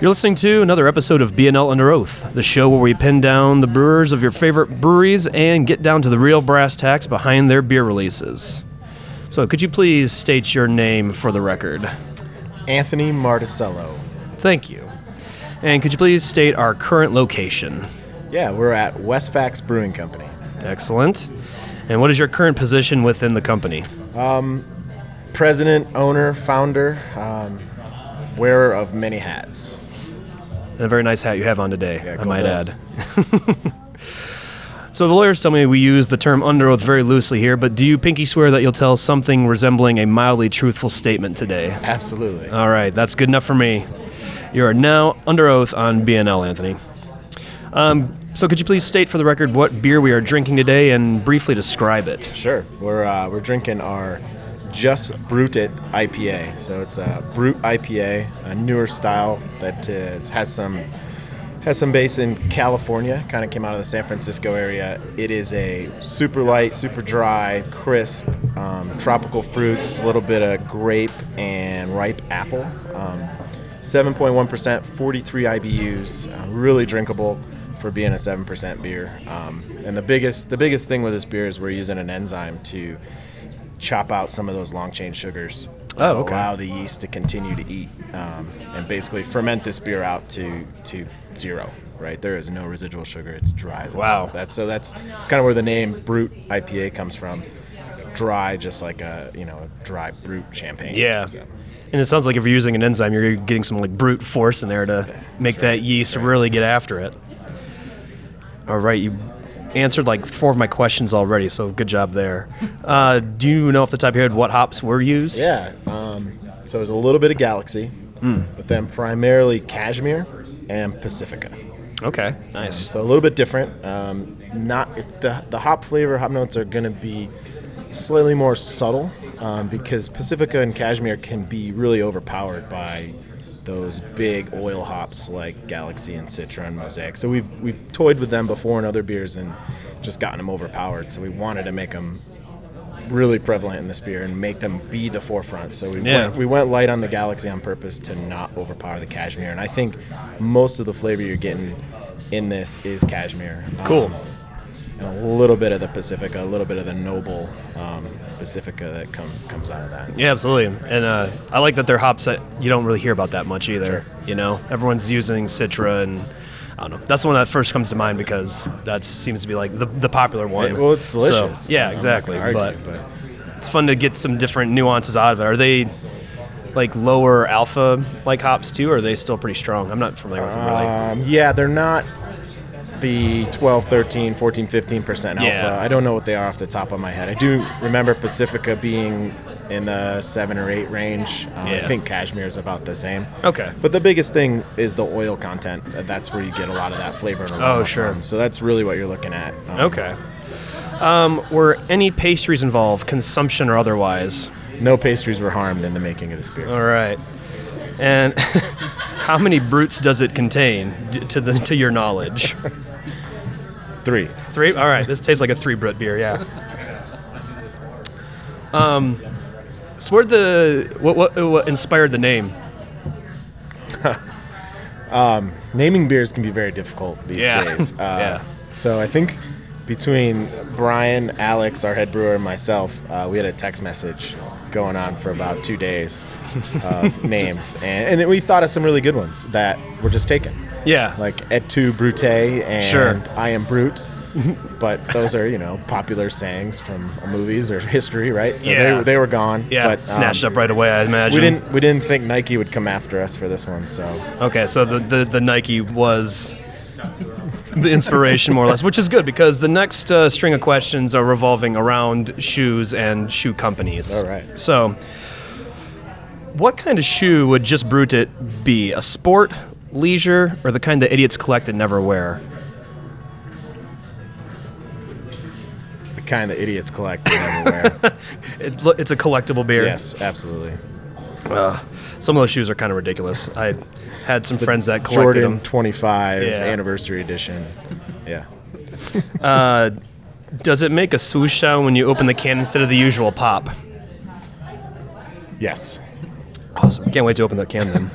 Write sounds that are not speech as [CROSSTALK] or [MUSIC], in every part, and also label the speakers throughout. Speaker 1: You're listening to another episode of BNL Under Oath, the show where we pin down the brewers of your favorite breweries and get down to the real brass tacks behind their beer releases. So, could you please state your name for the record?
Speaker 2: Anthony Marticello.
Speaker 1: Thank you. And could you please state our current location?
Speaker 2: Yeah, we're at Westfax Brewing Company.
Speaker 1: Excellent. And what is your current position within the company?
Speaker 2: President, owner, founder, um, wearer of many hats.
Speaker 1: And a very nice hat you have on today,
Speaker 2: Yeah,
Speaker 1: I
Speaker 2: cool
Speaker 1: might
Speaker 2: does.
Speaker 1: add. [LAUGHS] So the lawyers tell me we use the term under oath very loosely here, but do you pinky swear that you'll tell something resembling a mildly truthful statement today?
Speaker 2: Absolutely.
Speaker 1: All right, that's good enough for me. You are now under oath on BNL, Anthony. Um, so could you please state for the record what beer we are drinking today and briefly describe it?
Speaker 2: Sure. We're uh, we're drinking our Just Brute It IPA. So it's a Brute IPA, a newer style that is, has some has some base in California. Kind of came out of the San Francisco area. It is a super light, super dry, crisp, um, tropical fruits, a little bit of grape and ripe apple. Um, 7.1%, 43 IBUs, uh, really drinkable for being a 7% beer. Um, and the biggest the biggest thing with this beer is we're using an enzyme to chop out some of those long chain sugars.
Speaker 1: Oh, okay.
Speaker 2: Allow the yeast to continue to eat um, and basically ferment this beer out to to zero. Right, there is no residual sugar. It's dry. As
Speaker 1: Wow.
Speaker 2: That's so that's it's kind of where the name Brute IPA comes from. Dry, just like a you know a dry brute champagne.
Speaker 1: Yeah.
Speaker 2: So-
Speaker 1: And it sounds like if you're using an enzyme, you're getting some like brute force in there to make that yeast really get after it. All right, you answered like four of my questions already, so good job
Speaker 2: [LAUGHS]
Speaker 1: there. Uh, do you know off the top of your head what hops were used?
Speaker 2: Yeah. Um, so there's a little bit of Galaxy,
Speaker 1: Hmm.
Speaker 2: but then primarily Cashmere and Pacifica.
Speaker 1: Okay, nice.
Speaker 2: So a little bit different. Um, not the, the hop flavor, hop notes are going to be slightly more subtle um, because Pacifica and Cashmere can be really overpowered by those big oil hops like Galaxy and Citra and Mosaic. So we've we've toyed with them before in other beers and just gotten them overpowered. So we wanted to make them really prevalent in this beer and make them be the forefront. So we
Speaker 1: Yeah.
Speaker 2: went, we went light on the Galaxy on purpose to not overpower the cashmere. And I think most of the flavor you're getting in this is cashmere. Um,
Speaker 1: Cool.
Speaker 2: and a little bit of the Pacifica, a little bit of the noble um, Pacifica that come, comes out of that.
Speaker 1: Yeah, absolutely. And uh, I like that they're hops that you don't really hear about that much either. You know, everyone's using Citra and. I don't know. That's the one that first comes to mind because that seems to be like the, the popular one.
Speaker 2: It- well, it's
Speaker 1: So,
Speaker 2: delicious.
Speaker 1: yeah,
Speaker 2: I'm not
Speaker 1: exactly.
Speaker 2: gonna argue,
Speaker 1: but it's fun to get some different nuances out of it. Are they like lower alpha like hops too, or are they still pretty strong? I'm not familiar with them really.
Speaker 2: Um, yeah, they're not the 12, 13, 14, 15% alpha.
Speaker 1: Yeah.
Speaker 2: I don't know what they are off the top of my head. I do remember Pacifica being in the 7 or 8 range. Um,
Speaker 1: Yeah.
Speaker 2: I think Cashmere is about the same.
Speaker 1: Okay.
Speaker 2: But the biggest thing is the oil content. Uh, That's where you get a lot of that flavor. and aroma
Speaker 1: Oh, sure.
Speaker 2: from. So that's really what you're looking at. Um,
Speaker 1: Okay. Um, were any pastries involved, consumption or otherwise?
Speaker 2: No pastries were harmed in the making of this beer.
Speaker 1: All right. And [LAUGHS] how many brutes does it contain, d- to the to your knowledge?
Speaker 2: Three.
Speaker 1: Three. All right. This tastes like a three brut beer. Yeah. Um, so where the what, what what inspired the name?
Speaker 2: naming beers can be very difficult these
Speaker 1: Yeah.
Speaker 2: days.
Speaker 1: [LAUGHS]
Speaker 2: Uh,
Speaker 1: Yeah.
Speaker 2: So I think between Brian, Alex, our head brewer, and myself, uh, we had a text message going on for about two days
Speaker 1: [LAUGHS]
Speaker 2: of names, and, and we thought of some really good ones that were just taken,
Speaker 1: Yeah.
Speaker 2: like Et tu Brute and
Speaker 1: Sure.
Speaker 2: I am Brute. [LAUGHS] but those are, you know, popular sayings from movies or history, right? So
Speaker 1: Yeah.
Speaker 2: they, they were gone.
Speaker 1: yeah.
Speaker 2: but, um,
Speaker 1: snatched up right away. I imagine.
Speaker 2: We didn't we didn't think Nike would come after us for this one, so
Speaker 1: Okay. So the the, the Nike was. the inspiration, more or less, which is good because the next uh, string of questions are revolving around shoes and shoe companies.
Speaker 2: All right.
Speaker 1: So, what kind of shoe would just brute it be? A sport, leisure, or the kind that idiots collect and never wear?
Speaker 2: the kind that idiots collect and never
Speaker 1: [LAUGHS]
Speaker 2: wear.
Speaker 1: It, lo- it's a collectible beer.
Speaker 2: Yes, absolutely.
Speaker 1: Ugh. some of those shoes are kind of ridiculous. I had some friends that collected
Speaker 2: Jordan
Speaker 1: them.
Speaker 2: 25
Speaker 1: Yeah.
Speaker 2: anniversary edition. Yeah.
Speaker 1: Uh, does it make a swoosh sound when you open the can instead of the usual pop?
Speaker 2: Yes.
Speaker 1: Awesome. Can't wait to open that can then.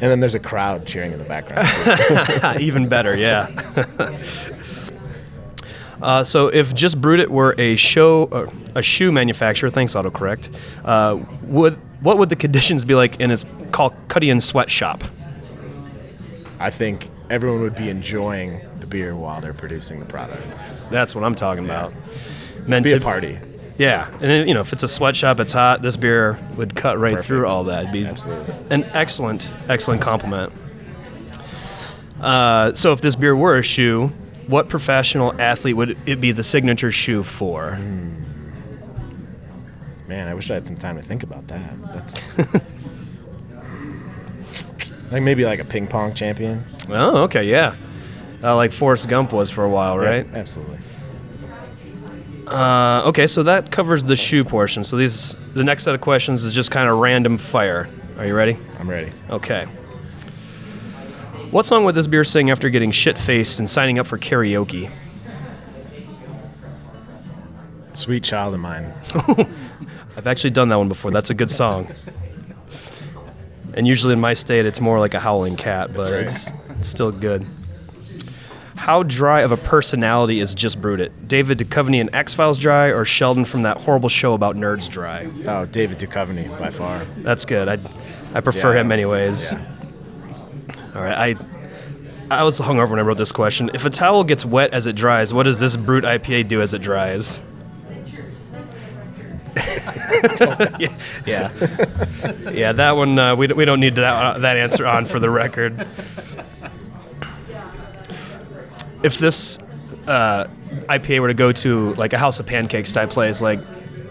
Speaker 2: And then there's a crowd cheering in the
Speaker 1: [LAUGHS]
Speaker 2: background.
Speaker 1: Even better, [LAUGHS] yeah. [LAUGHS] uh, so, if Just Brewed It were a show, uh, a shoe manufacturer, thanks autocorrect, uh, would what would the conditions be like in its called Cuttian Sweatshop?
Speaker 2: I think everyone would be enjoying the beer while they're producing the product.
Speaker 1: That's what I'm talking about. Meant
Speaker 2: Be a
Speaker 1: to-
Speaker 2: party.
Speaker 1: Yeah, and then, you know, if it's a sweatshop, it's hot. This beer would cut right through all that. It'd be
Speaker 2: Absolutely.
Speaker 1: an excellent, excellent compliment. Uh, so, if this beer were a shoe, what professional athlete would it be the signature shoe for?
Speaker 2: Mm-hmm. Man, I wish I had some time to think about that.
Speaker 1: [LAUGHS]
Speaker 2: That's like maybe like a ping pong champion,
Speaker 1: Oh, okay, yeah, uh, like Forrest Gump was for a while, right?
Speaker 2: Yeah, absolutely.
Speaker 1: Uh, okay, so that covers the shoe portion. So these, the next set of questions is just kind of random fire. Are you ready?
Speaker 2: I'm ready.
Speaker 1: Okay. What song would this beer sing after getting shit faced and signing up for karaoke?
Speaker 2: Sweet child
Speaker 1: [LAUGHS]
Speaker 2: of mine.
Speaker 1: I've actually done that one before. That's a good song. and usually in my state, it's more like a howling cat, but
Speaker 2: right.
Speaker 1: it's, it's still good. How dry of a personality is just brewed it? David Duchovny in X Files dry, or Sheldon from that horrible show about nerds dry?
Speaker 2: Oh, David Duchovny by far.
Speaker 1: That's good. I I prefer
Speaker 2: Yeah.
Speaker 1: him anyways.
Speaker 2: Yeah.
Speaker 1: All right. I I was hungover when I wrote this question. If a towel gets wet as it dries, what does this brute IPA do as it dries? yeah,
Speaker 2: [LAUGHS] Yeah.
Speaker 1: yeah, that one uh, we, don't- we don't need that that answer on for the record. If this uh, IPA were to go to like a House of Pancakes type place, like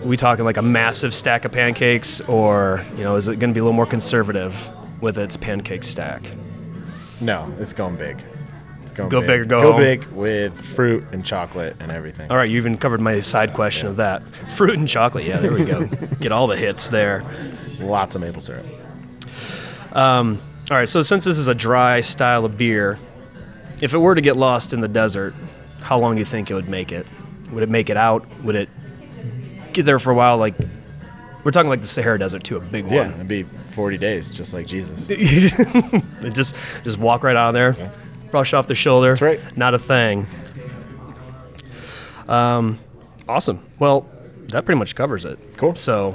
Speaker 1: we talking like a massive stack of pancakes, or you know, is it going to be a little more conservative with its pancake stack?
Speaker 2: No, it's going big. It's going
Speaker 1: Go
Speaker 2: big.
Speaker 1: big or go
Speaker 2: Go
Speaker 1: home.
Speaker 2: big with fruit and chocolate and everything.
Speaker 1: All right, you even covered my side question of that. Fruit and chocolate. Yeah, there we go. Get all the hits there.
Speaker 2: Lots of maple syrup.
Speaker 1: All right, so since this is a dry style of beer, if it were to get lost in the desert, how long do you think it would make it? Would it make it out? Would it get there for a while? Like, we're talking like the Sahara Desert, too, a big
Speaker 2: Yeah,
Speaker 1: one.
Speaker 2: it'd be 40 days, just like Jesus.
Speaker 1: [LAUGHS] It just just walk right on there, brush off the shoulder. That's
Speaker 2: right.
Speaker 1: Not a thing. Um, awesome. Well, that pretty much covers it.
Speaker 2: Cool.
Speaker 1: So,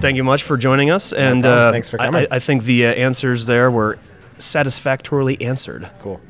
Speaker 1: thank you much for joining us, and
Speaker 2: problem.
Speaker 1: uh,
Speaker 2: Thanks for
Speaker 1: I-
Speaker 2: coming.
Speaker 1: I, I think the uh, answers there were satisfactorily answered.
Speaker 2: Cool.